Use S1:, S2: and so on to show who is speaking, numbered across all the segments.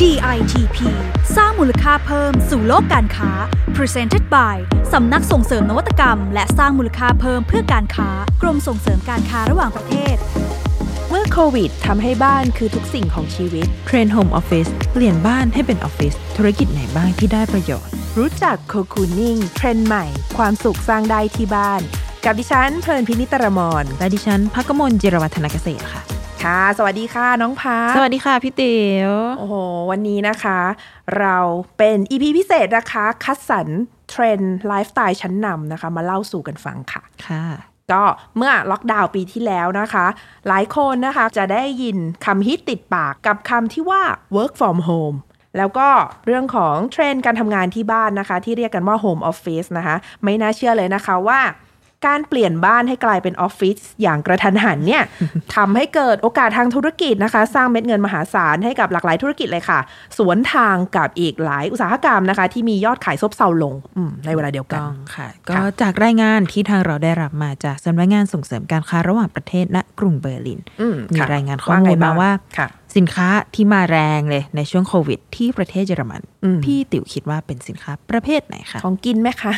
S1: DITP สร้างมูลค่าเพิ่มสู่โลกการค้า Presented by สำนักส่งเสริมนวัตกรรม และสร้างมูลค่าเพิ่มเพื่อการค้ากรมส่งเสริมการค้าระหว่างประเทศ
S2: เมื่อโควิดทำให้บ้านคือทุกสิ่งของชีวิต
S3: เทรนโฮมออฟฟิศเปลี่ยนบ้านให้เป็นออฟฟิศธุรกิจไหนบ้างที่ได้ประโยชน์
S2: รู้จักโคคูนิ่งเทรนด์ใหม่ ความสุขสร้างได้ที่บ้าน กับดิฉันเพลินพินิตรมอน
S3: และดิฉันพักกมลจิรวัฒนเกษตรค่ะ
S2: ค่ะ สวัสดีค่ะน้องพา
S3: สวัสดีค่ะพี่เต๋ว
S2: โอ้โห วันนี้นะคะ เราเป็นอีพีพิเศษนะคะ คัดสรรเทรนด์ไลฟ์สไตล์ชั้นนำนะคะ มาเล่าสู่กันฟังค่ะ
S3: ค่ะ
S2: ก็เมื่อล็อกดาวน์ปีที่แล้วนะคะ หลายคนนะคะจะได้ยินคำฮิตติดปากกับคำที่ว่า work from home แล้วก็เรื่องของเทรนด์การทำงานที่บ้านนะคะ ที่เรียกกันว่า home office นะคะ ไม่น่าเชื่อเลยนะคะว่า การเปลี่ยนบ้านให้กลายเป็นออฟฟิศอย่างกระทันหันเนี่ย ทำให้เกิดโอกาสทางธุรกิจนะคะ สร้างเม็ดเงินมหาศาลให้กับหลากหลายธุรกิจเลยค่ะ สวนทางกับอีกหลายอุตสาหกรรมนะคะ ที่มียอดขายซบเซาลงอืมในเวลาเดียวกัน
S3: ต้องค่ะ ก็จากรายงานที่ทางเราได้รับมาจากสำนักงานส่งเสริมการค้าระหว่างประเทศณกรุงเบอร์ลิน
S2: อืม
S3: มี
S2: ค่ะ
S3: รายงานข้อมูลมาว่า
S2: ค่ะ
S3: สินค้าที่มาแรงเลยในช่วงโควิด ที่ประเทศเยอรมัน
S2: อืม
S3: พี่ติ๋วคิดว่าเป็นสินค้าประเภทไหนคะ
S2: ของกินไหมคะ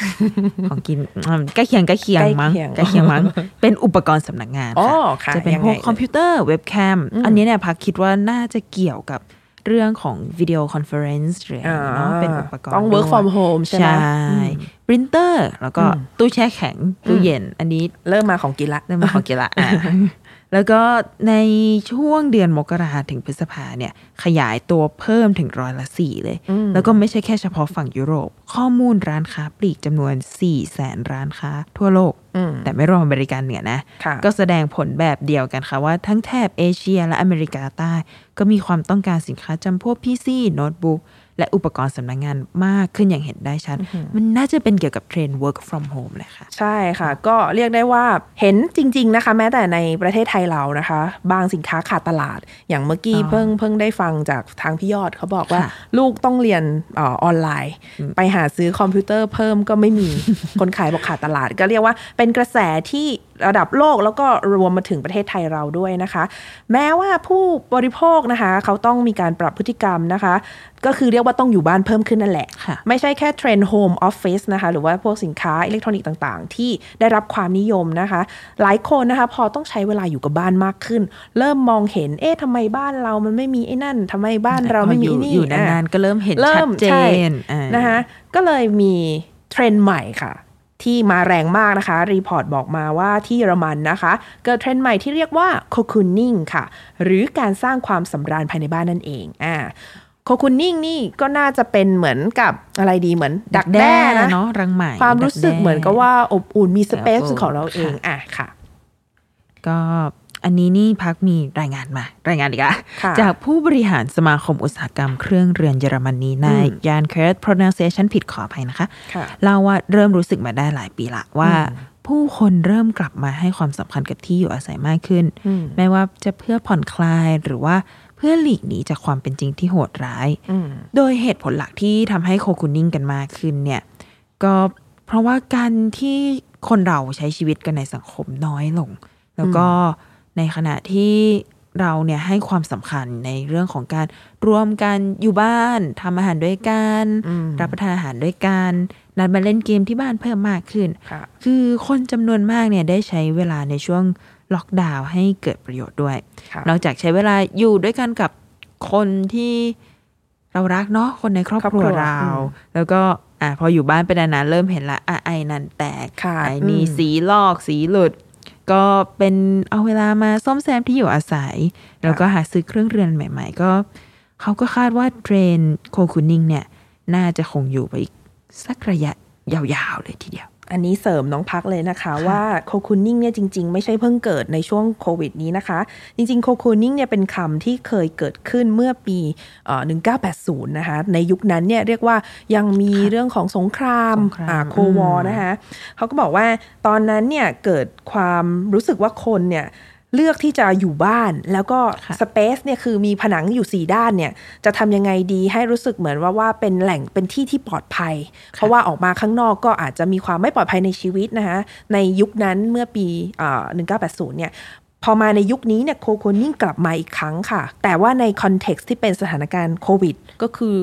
S3: ของกินอืมใกล้เคียงใกล้เคียงมั้ง
S2: ใกล้เคียง
S3: ใกล้เคียง มั้ง เป็นอุปกรณ์สำนักงาน
S2: อ๋อค่ะ
S3: ค่ะจะเป็น
S2: ยัง
S3: พ
S2: ไง
S3: วกคอมพิวเตอร์เว็บแคม
S2: อืม
S3: อันนี้เนี่ยพักคิดว่าน่าจะเกี่ยวกับเรื่องของวิดีโอคอนเฟอเรนซ์หรืออะไรเนาะ
S2: อ่า
S3: เป็นอุปกรณ์
S2: ต้อง work
S3: ด้วย
S2: from home ใช่ไหม
S3: ใช่
S2: อืม
S3: ปรินเตอร์แล้วก็
S2: อืม
S3: ตู้แช่แข็งตู้เย็น อันนี้
S2: เริ่มมาของกินละ
S3: เรื่องของ กีฬาอ่ะแล้วก็ในช่วงเดือนมกราถึงพฤษภาเนี่ยขยายตัวเพิ่มถึงร้อยละสี่เลย
S2: อืม
S3: แล้วก็ไม่ใช่แค่เฉพาะฝั่งยุโรป ข้อมูลร้านค้าปลีกจำนวน4ี่แสนร้านค้าทั่วโลก
S2: อืม
S3: แต่ไม่รวมอเมริกาเหนือนะ
S2: ค่ะ
S3: ก็แสดงผลแบบเดียวกันค่ะว่าทั้งแถบเอเชียและอเมริกาใต้ ก็มีความต้องการสินค้าจำพวก PC โน้ตบุ๊กและอุปกรณ์สำนักงานมากขึ้นอย่างเห็นได้ชัด มันน่าจะเป็นเกี่ยวกับเทรนด์ work from home เลยค่ะ
S2: ใช่ค่ะ ก็เรียกได้ว่าเห็นจริง ๆนะคะ แม้แต่ในประเทศไทยเรานะคะ บางสินค้าขาดตลาด อย่างเมื่อกี้
S3: อ่า
S2: เพิ่งเพิ่งได้ฟังจากทางพี่ยอดเขาบอกว่า
S3: ค่ะ
S2: ลูกต้องเรียนเออออนไลน์ ไปหาซื้อคอมพิวเตอร์เพิ่มก็ไม่ มี คนขายบอกขาดตลาด ก็เรียกว่าเป็นกระแสที่ระดับโลกแล้วก็รวมมาถึงประเทศไทยเราด้วยนะคะ แม้ว่าผู้บริโภคนะคะ เขาต้องมีการปรับพฤติกรรมนะคะ ก็คือเรียกว่าต้องอยู่บ้านเพิ่มขึ้นนั่นแหละ
S3: ค่ะ
S2: ไม่ใช่แค่เทรนด์โฮมออฟฟิศนะคะ หรือว่าพวกสินค้าอิเล็กทรอนิกส์ต่างๆ ที่ได้รับความนิยมนะคะ หลายคนนะคะ พอต้องใช้เวลาอยู่กับบ้านมากขึ้น เริ่มมองเห็นเอ๊ะทำไมบ้านเรามันไม่มีไอ้นั่นทำไมบ้านเราไม่มี
S3: พออยู่
S2: ไอ้นี่
S3: อยู่
S2: อ่ะ
S3: นานๆ ก็เริ่มเห็น
S2: เริ่
S3: ชัด
S2: ม
S3: เจ
S2: ใช่
S3: นอ่าน
S2: นะคะก็เลยมีเทรนด์ใหม่ค่ะ ที่มาแรงมากนะคะ รีพอร์ตบอกมาว่าที่เยอรมันนะคะ เกิดเทรนด์ใหม่ที่เรียกว่า cocooning ค่ะ หรือการสร้างความสำราญภายในบ้านนั่นเองอ่า cocooning นี่ก็น่าจะเป็นเหมือนกับอะไรดีเหมือนดักแด้นะ
S3: เนาะรังไหม
S2: ความรู้สึก
S3: ดัแด้
S2: เหมือนกับว่าอบอุ่นมีสเปซ
S3: ครับผม
S2: ของเราเอง
S3: ค่ะ
S2: อ่ะค่ะ
S3: ก็อันนี้นี่พักมีรายงานมา รายงานอีกอะ
S2: ค่ะ
S3: จากผู้บริหารสมาคมอุตสาหกรรมเครื่องเรือนเยอรมนีนาย
S2: อืม
S3: ยานเคร์ต pronunciation ผิดขออภัยนะคะ
S2: ค่ะ
S3: เล่าว่าเริ่มรู้สึกมาได้หลายปีละว่า ผู้คนเริ่มกลับมาให้ความสำคัญกับที่อยู่อาศัยมากขึ้น
S2: อืม
S3: ไม่ว่าจะเพื่อผ่อนคลายหรือว่าเพื่อหลีกหนีจากความเป็นจริงที่โหดร้าย
S2: อืม
S3: โดยเหตุผลหลักที่ทำให้โคคูนิ่งกันมากขึ้นเนี่ย ก็เพราะว่าการที่คนเราใช้ชีวิตกันในสังคมน้อยลง แล้วก็ในขณะที่เราเนี่ยให้ความสำคัญในเรื่องของการรวมกันอยู่บ้านทำอาหารด้วยกัน
S2: อืม
S3: รับประทานอาหารด้วยกันนัดมาเล่นเกมที่บ้านเพิ่มมากขึ้น
S2: ค่ะ
S3: คือคนจำนวนมากเนี่ยได้ใช้เวลาในช่วงล็อกดาวน์ให้เกิดประโยชน์ด้วย
S2: ค่ะ
S3: นอกจากใช้เวลาอยู่ด้วยกันกับคนที่เรารักเนาะคนในครอบ
S2: ครอบ
S3: ค
S2: ค
S3: รั
S2: วรัว
S3: เรา
S2: อืม
S3: แล้วก็อ่ะพออยู่บ้านไปนานๆเริ่มเห็นละอ่ะไอ้นันแตก
S2: ขาด
S3: ไอ้นี่
S2: อืม
S3: สีลอกสีหลุด ก็เป็นเอาเวลามาซ่อมแซมที่อยู่อาศัย แล้วก็หาซื้อเครื่องเรือนใหม่ ๆ ก็เขาก็คาดว่าเทรนโคคูนิงเนี่ย น่าจะคงอยู่ไปอีกสักระยะยาวๆเลยทีเดียว
S2: อันนี้เสริมน้องพักเลยนะคะว่าโคคูนิ่งเนี่ยจริง ๆ ไม่ใช่เพิ่งเกิดในช่วงโควิดนี้นะคะ จริงๆโคคูนิ่งเนี่ยเป็นคำที่เคยเกิดขึ้นเมื่อปีเอ่อ1980 นะคะ ในยุคนั้นเนี่ยเรียกว่ายังมีเรื่องของสงคราม
S3: สงคราม
S2: โควอนะคะ เขาก็บอกว่าตอนนั้นเนี่ยเกิดความรู้สึกว่าคนเนี่ยเลือกที่จะอยู่บ้านแล้วก็
S3: ค่ะ
S2: สเปซเนี่ยคือมีผนังอยู่สีด้านเนี่ยจะทำยังไงดีให้รู้สึกเหมือนว่าว่าเป็นแหล่งเป็นที่ที่ปลอดภัย เพราะว่าออกมาข้างนอกก็อาจจะมีความไม่ปลอดภัยในชีวิตนะคะในยุคนั้นเมื่อปีเอ่อ1980 เนี่ย พอมาในยุคนี้เนี่ยโคโคนิ่งกลับมาอีกครั้งค่ะ แต่ว่าในคอนเท็กซ์ที่เป็นสถานการณ์โควิด ก็คือ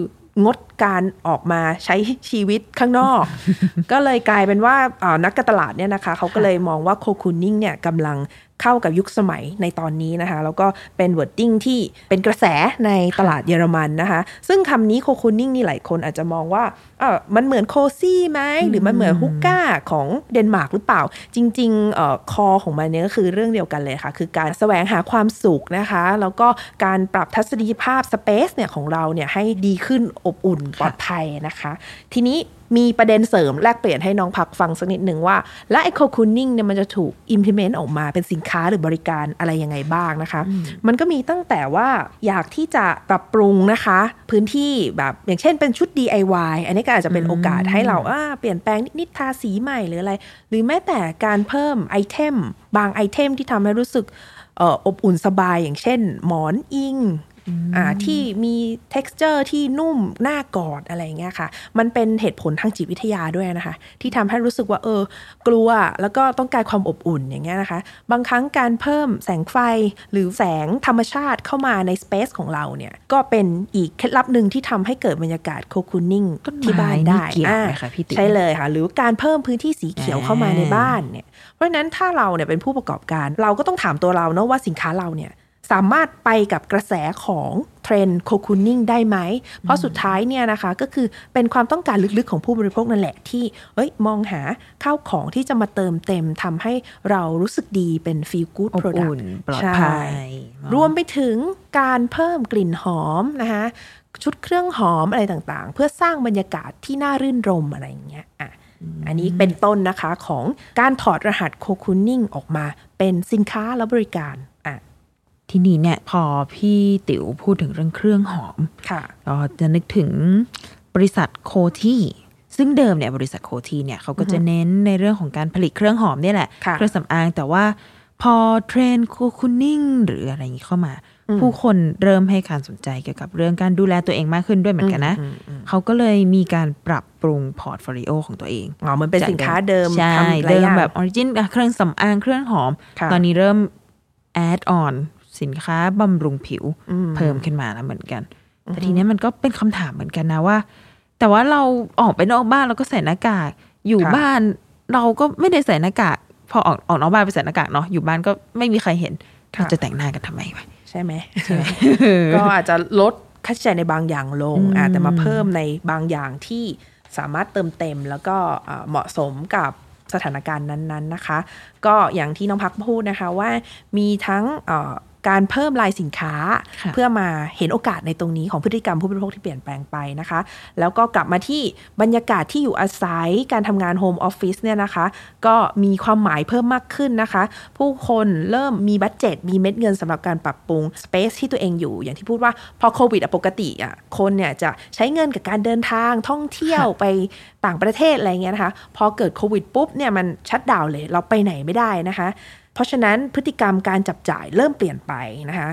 S2: งดการออกมาใช้ชีวิตข้างนอก ก็เลยกลายเป็นว่าอ่านักการตลาดเนี่ยนะคะเขาก็เลยมองว่าโคคูนิ่งเนี่ยกำลังเข้ากับยุคสมัยในตอนนี้นะคะ แล้วก็เป็นวอร์ดิ้งที่เป็นกระแสในตลาดเยอรมันนะคะ ซึ่งคำนี้โคคูนิ่งนี่หลายคนอาจจะมองว่าเออมันเหมือนโคซี่ไหมหรือมันเหมือนฮุกก้าของเดนมาร์กหรือเปล่า จริงๆเออคอของมันเนี่ยก็คือเรื่องเดียวกันเลยค่ะ คือการแสวงหาความสุขนะคะ แล้วก็การปรับทัศนียภาพสเปซเนี่ยของเราเนี่ยให้ดีขึ้นอบอุ่นปลอดภัยนะคะ ทีนี้มีประเด็นเสริมแลกเปลี่ยนให้น้องพักฟังสักนิดหนึ่งว่า และไอโคคูนิ่งเนี่ยมันจะถูก implement ออกมาเป็นสินค้าหรือบริการอะไรยังไงบ้างนะคะ มันก็มีตั้งแต่ว่าอยากที่จะปรับปรุงนะคะ พื้นที่แบบอย่างเช่นเป็นชุด DIY อันนี้ก็อาจจะเป็นโอกาสให้เราอ่าเปลี่ยนแปลงนิดๆทาสีใหม่หรืออะไร หรือแม้แต่การเพิ่มไอเทมบางไอเทมที่ทำให้รู้สึกเอ่ออบอุ่นสบายอย่างเช่น หมอนอิง อ่าที่มี t e x t อร์ที่นุ่มหน้ากอดอะไรอย่างเงี้ยค่ะ มันเป็นเหตุผลทางจิตวิทยาด้วยนะคะ ที่ทำให้รู้สึกว่าเออ กลัวแล้วก็ต้องการความอบอุ่นอย่างเงี้ยนะคะ บางครั้งการเพิ่มแสงไฟหรือแสงธรรมชาติเข้ามาในสเปซของเราเนี่ย ก็เป็นอีกเคล็ดลับหนึ่งที่ทำให้เกิดบรรยากาศโคคูนิ่ง
S3: ต้นไม้
S2: ที่บ้าน
S3: นี่
S2: ได้
S3: เกี่ยว
S2: อ่า
S3: ไหมคะพี่ติ๋ม
S2: ใช่เลยค่ะ หรือการเพิ่มพื้นที่สีเขียวเข้ามาในบ้านเนี่ย เพราะฉะนั้นถ้าเราเนี่ยเป็นผู้ประกอบการ เราก็ต้องถามตัวเราเนาะว่าสินค้าเราเนี่ย สามารถไปกับกระแสของเทรนด์โคคูนิ่งได้ไหม เพราะสุดท้ายเนี่ยนะคะก็คือเป็นความต้องการลึกๆของผู้บริโภคนั่นแหละที่ เอ้ยมองหาข้าวของที่จะมาเติมเต็มทำให้เรารู้สึกดีเป็น feel good
S3: อบ
S2: product
S3: อุ่นปลอดภัย
S2: ใช่ รวมไปถึงการเพิ่มกลิ่นหอมนะคะชุดเครื่องหอมอะไรต่างๆ เพื่อสร้างบรรยากาศที่น่ารื่นรมอะไรอย่างเงี้ยอ่ะอันนี้เป็นต้นนะคะของการถอดรหัสโคคูนิ่งออกมาเป็นสินค้าและบริการอ่ะ
S3: ทีนี้เนี่ยพอพี่ติ๋วพูดถึงเรื่องเครื่องหอม
S2: ค่ะ
S3: ก็จะนึกถึงบริษัทโคที่ ซึ่งเดิมเนี่ยบริษัทโคที่เนี่ยเขาก็จะเน้นในเรื่องของการผลิตเครื่องหอมเนี่ยแหละ
S2: ค่ะ
S3: เครื่องสำอางแต่ว่าพอเทรนด์โคคูนิ่งหรืออะไรอย่างนี้เข้ามา
S2: อืม
S3: ผู้คนเริ่มให้การสนใจเกี่ยวกับเรื่องการดูแลตัวเองมากขึ้นด้วยเหมือนกันนะ เขาก็เลยมีการปรับปรุงพอร์ตโฟลิโอของตัวเอง
S2: อ๋อมันเป็นสินค้าเดิม
S3: ใช่
S2: ทำหลาย
S3: เดิ
S2: อ
S3: ม
S2: ย่าง
S3: แบบออริจินเครื่องสำอางเครื่องหอม
S2: ค่ะ
S3: ตอนนี้เริ่ม add on สินค้าบำรุงผิวเพิ่มขึ้นมาแล้วเหมือนกัน แต่ทีเนี้ยมันก็เป็นคำถามเหมือนกันนะว่า แต่ว่าเราออกไปนอกบ้านเราก็ใส่หน้ากาก อยู่
S2: ค่ะ
S3: บ้านเราก็ไม่ได้ใส่หน้ากาก พอออกออกนอกบ้านไปใส่หน้ากากเนาะอยู่บ้านก็ไม่มีใครเห็นเราจะแต่งหน้ากันทำไมวะ
S2: ใช่ ไหมก็อาจจะลดค่าใช้จ่ายในบางอย่างลงอ่ะแต่มาเพิ่มในบางอย่างที่สามารถเติมเต็มแล้วก็เอ่อเหมาะสมกับสถานการณ์นั้นๆนะคะ ก็อย่างที่น้องพักพูดนะคะว่ามีทั้งเอ่อการเพิ่มลายสินค้า
S3: ค่ะ
S2: เพื่อมาเห็นโอกาสในตรงนี้ของพฤติกรรมผู้บริโภคที่เปลี่ยนแปลงไปนะคะ แล้วก็กลับมาที่บรรยากาศที่อยู่อาศัยการทำงานโฮมออฟฟิศเนี่ยนะคะ ก็มีความหมายเพิ่มมากขึ้นนะคะ ผู้คนเริ่มมีบัตเจตมีเม็ดเงินสำหรับการปรับปรุงสเปซที่ตัวเองอยู่ อย่างที่พูดว่าพอโควิดอะปกติอะคนเนี่ยจะใช้เงินกับการเดินทางท่องเที่ยวไปต่างประเทศอะไรเงี้ยนะคะ พอเกิดโควิดปุ๊บเนี่ยมันชัดดาวน์เลยเราไปไหนไม่ได้นะคะ เพราะฉะนั้นพฤติกรรมการจับจ่ายเริ่มเปลี่ยนไปนะคะ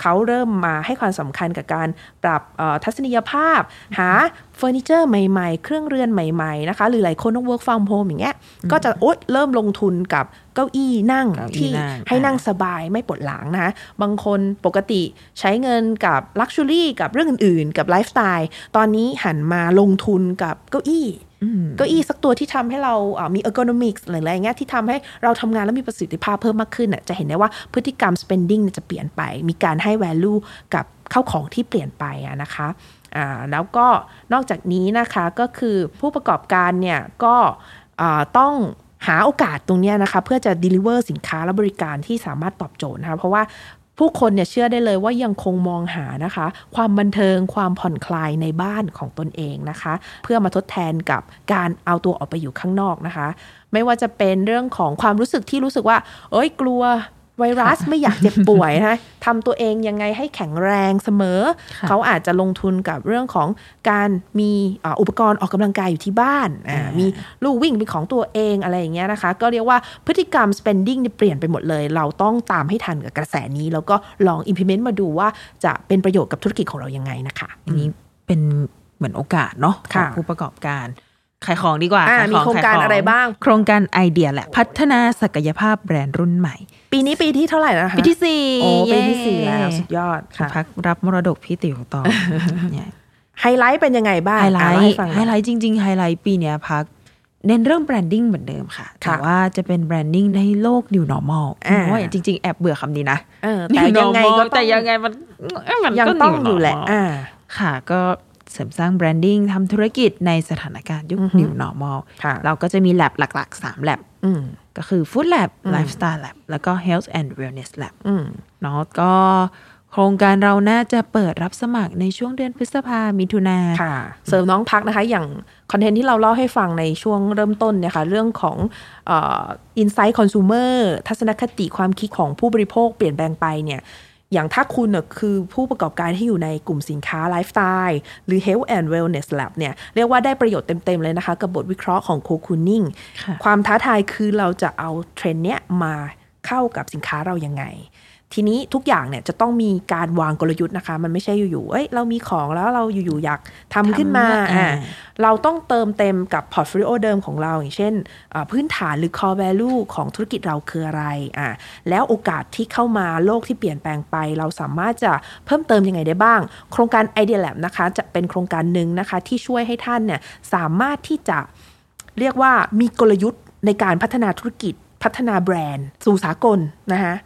S2: เขาเริ่มมาให้ความสำคัญกับการปรับเอ่อทัศนียภาพ หาเฟอร์นิเจอร์ใหม่ๆ เครื่องเรือนใหม่ๆนะคะ หรือหลายคนต้อง work from home อย่างเงี้ยก็จะโอ๊ยเริ่มลงทุนกับเก้าอี้นั่ง
S3: เก้าอี้
S2: ที่
S3: นั่ง
S2: ให้นั่ง
S3: อ่า
S2: สบายไม่ปวดหลังนะคะบางคนปกติใช้เงินกับ Luxury กับเรื่องอื่นๆ กับไลฟ์สไตล์ตอนนี้หันมาลงทุนกับเก้าอี้
S3: อืม
S2: เก้าอี้สักตัวที่ทำให้เราอ่ามี ergonomics หรืออะไรเงี้ยที่ทำให้เราทำงานแล้วมีประสิทธิภาพเพิ่มมากขึ้นน่ะจะเห็นได้ว่าพฤติกรรม spending เนี่ยจะเปลี่ยนไป มีการให้ value กับเข้าวของที่เปลี่ยนไปอะนะคะอ่าแล้วก็นอกจากนี้นะคะก็คือผู้ประกอบการเนี่ยก็อ่าต้องหาโอกาสตรงเนี้ยนะคะเพื่อจะ deliver สินค้าและบริการที่สามารถตอบโจทย์นะคะเพราะว่า ผู้คนเนี่ยเชื่อได้เลยว่ายังคงมองหานะคะ ความบันเทิงความผ่อนคลายในบ้านของตนเองนะคะ เพื่อมาทดแทนกับการเอาตัวออกไปอยู่ข้างนอกนะคะ ไม่ว่าจะเป็นเรื่องของความรู้สึกที่รู้สึกว่า เอ้ยกลัวไวรัส ไม่อยากเจ็บป่วยนะคะทำตัวเองยังไงให้แข็งแรงเสมอ
S3: ค่ะ
S2: เขาอาจจะลงทุนกับเรื่องของการมีเอ่ออุปกรณ์ออกกำลังกายอยู่ที่บ้านอ่ามีลู่วิ่งเป็นของตัวเองอะไรอย่างเงี้ยนะคะ ก็เรียกว่าพฤติกรรม spending เนี่ยเปลี่ยนไปหมดเลย เราต้องตามให้ทันกับกระแสนี้ แล้วก็ลอง implement มาดูว่าจะเป็นประโยชน์กับธุรกิจของเรายังไงนะคะ
S3: อันนี้เป็นเหมือนโอกาสเนาะขอ
S2: ค่ะ
S3: งผู้ประกอบการ ขายของดีกว่า
S2: อ่า
S3: ขย
S2: มี
S3: ข
S2: โครงการ
S3: ขยข
S2: อะไรบ้าง
S3: โครงการไอเดียแหละ พัฒนาศักยภาพแบรนด์รุ่นใหม่
S2: ปีนี้ปีที่เท่าไหร่นะคะ
S3: ปีที่สี่
S2: โอ้ปีที่
S3: เย้
S2: สี่แล้วสุดยอด
S3: ขอ
S2: ค่ะ
S3: งพักรับมรดกพี่ติ๋ว ต่อเนี่ย
S2: ไฮไลท์เป็นยังไงบ้าง
S3: ไฮไล
S2: อ่ะเาให้
S3: ท์
S2: ฟังห
S3: ไฮ
S2: น่อย
S3: ไลท์จริง ๆ ไฮไลท์ปีเนี้ยพัก เน้นเรื่องแบรนดิ้งเหมือนเดิมค่ะ แต่
S2: ค่ะ
S3: ว่าจะเป็นแบรนดิ้งในโลก new normal
S2: อ่า
S3: โอ้ยจริง ๆ แอบเบื่อคำนี้นะ
S2: เออแต่
S3: New
S2: ยังไง
S3: normal
S2: ก็
S3: แต่ยังไงมันเอ้ยมัน
S2: ยัง
S3: ก็
S2: ต้อง
S3: new
S2: อยู่แหละ
S3: normal
S2: อ่า
S3: ค่ะก็เสริมสร้างแบรนดิ้งทำธุรกิจในสถานการณ์ยุค
S2: อือฮึ
S3: new normal
S2: ค่ะ
S3: เราก็จะมี lab หลัก ๆ 3 lab
S2: อืม
S3: ก็คือ food lab
S2: อืม
S3: lifestyle lab แล้วก็ health and wellness lab
S2: อืม
S3: เนาะก็โครงการเราน่าจะเปิดรับสมัครในช่วงเดือนพฤษภามิถุนา
S2: ค่ะเสริมน้องพักนะคะอย่างคอนเทนต์ที่เราเล่าให้ฟังในช่วงเริ่มต้นเนยคะเรื่องของอินไซต์คอน sumer ทัศนคติความคิดของผู้บริโภคเปลี่ยนแปลงไปเนี่ยอย่างถ้าคุณน่ะคือผู้ประกอบการที่อยู่ในกลุ่มสินค้าไลฟ์สไตล์หรือ Health and Wellness Lab เนี่ยเรียกว่าได้ประโยชน์เต็ม ๆ เลยนะคะ กับบทวิเคราะห์ของโคคูนิ่ง
S3: ค่ะ
S2: ความท้าทายคือเราจะเอาเทรนด์เนี้ยมาเข้ากับสินค้าเรายังไง ทีนี้ทุกอย่างเนี่ยจะต้องมีการวางกลยุทธ์นะคะ มันไม่ใช่อยู่ๆ เอ้ยเรามีของแล้วเราอยู่ๆ อยากทำขึ้นมาอ่าเราต้องเติมเต็มกับพอร์ตโฟลิโอเดิมของเรา อย่างเช่นอ่าพื้นฐานหรือ core value ของธุรกิจเราคืออะไรอ่าแล้วโอกาสที่เข้ามาโลกที่เปลี่ยนแปลงไป เราสามารถจะเพิ่มเติมยังไงได้บ้าง โครงการ Idea Lab นะคะจะเป็นโครงการหนึ่งนะคะที่ช่วยให้ท่านเนี่ยสามารถที่จะ เรียกว่ามีกลยุทธ์ในการพัฒนาธุรกิจ พัฒนาแบรนด์ สู่สากลนะคะ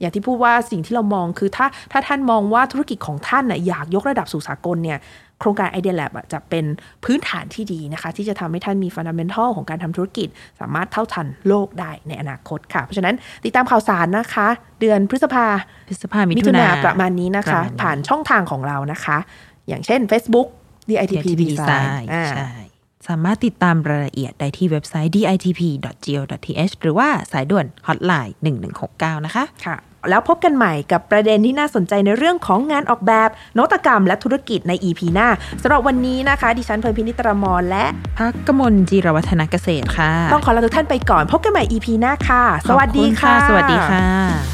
S2: อย่างที่พูดว่าสิ่งที่เรามองคือถ้าถ้าท่านมองว่าธุรกิจของท่านน่ะอยากยกระดับสู่สากลเนี่ยโครงการ Idea Lab อะจะเป็นพื้นฐานที่ดีนะคะ ที่จะทำให้ท่านมีฟันดัมเบ t a ลของการทำธุรกิจ สามารถเท่าทันโลกได้ในอนาคตค่ะ เพราะฉะนั้นติดตามข่าวสารนะคะ เดือนพฤษภา
S3: พฤษภามิ
S2: มิ
S3: ถุ
S2: ถุ
S3: นา
S2: นาประมาณนี้นะคะ
S3: ประมณ
S2: ผ่านช่องทางของเรานะคะ อย่างเช่น Facebook DITP
S3: DITP
S2: Design
S3: Design
S2: อ่า
S3: ใช่ สามารถติดตามรายละเอียดได้ที่เว็บไซต์ ditp.go.th หรือว่าสายด่วนฮอตไลน์1169 นะคะ
S2: ค่ะแล้วพบกันใหม่กับประเด็นที่น่าสนใจในเรื่องของงานออกแบบนวัตกรรมและธุรกิจใน EP หน้าสำหรับวันนี้นะคะ ดิฉันเพลินพินิตรมรและ
S3: พักกมลจีรวัฒนเกษตรค่ะ
S2: ต้องขอลาทุกท่านไปก่อน พบกันใหม่ EP หน้าค่ะ สวัสดี
S3: ขอบณ
S2: ค่ะ
S3: สวัสดีค่ะ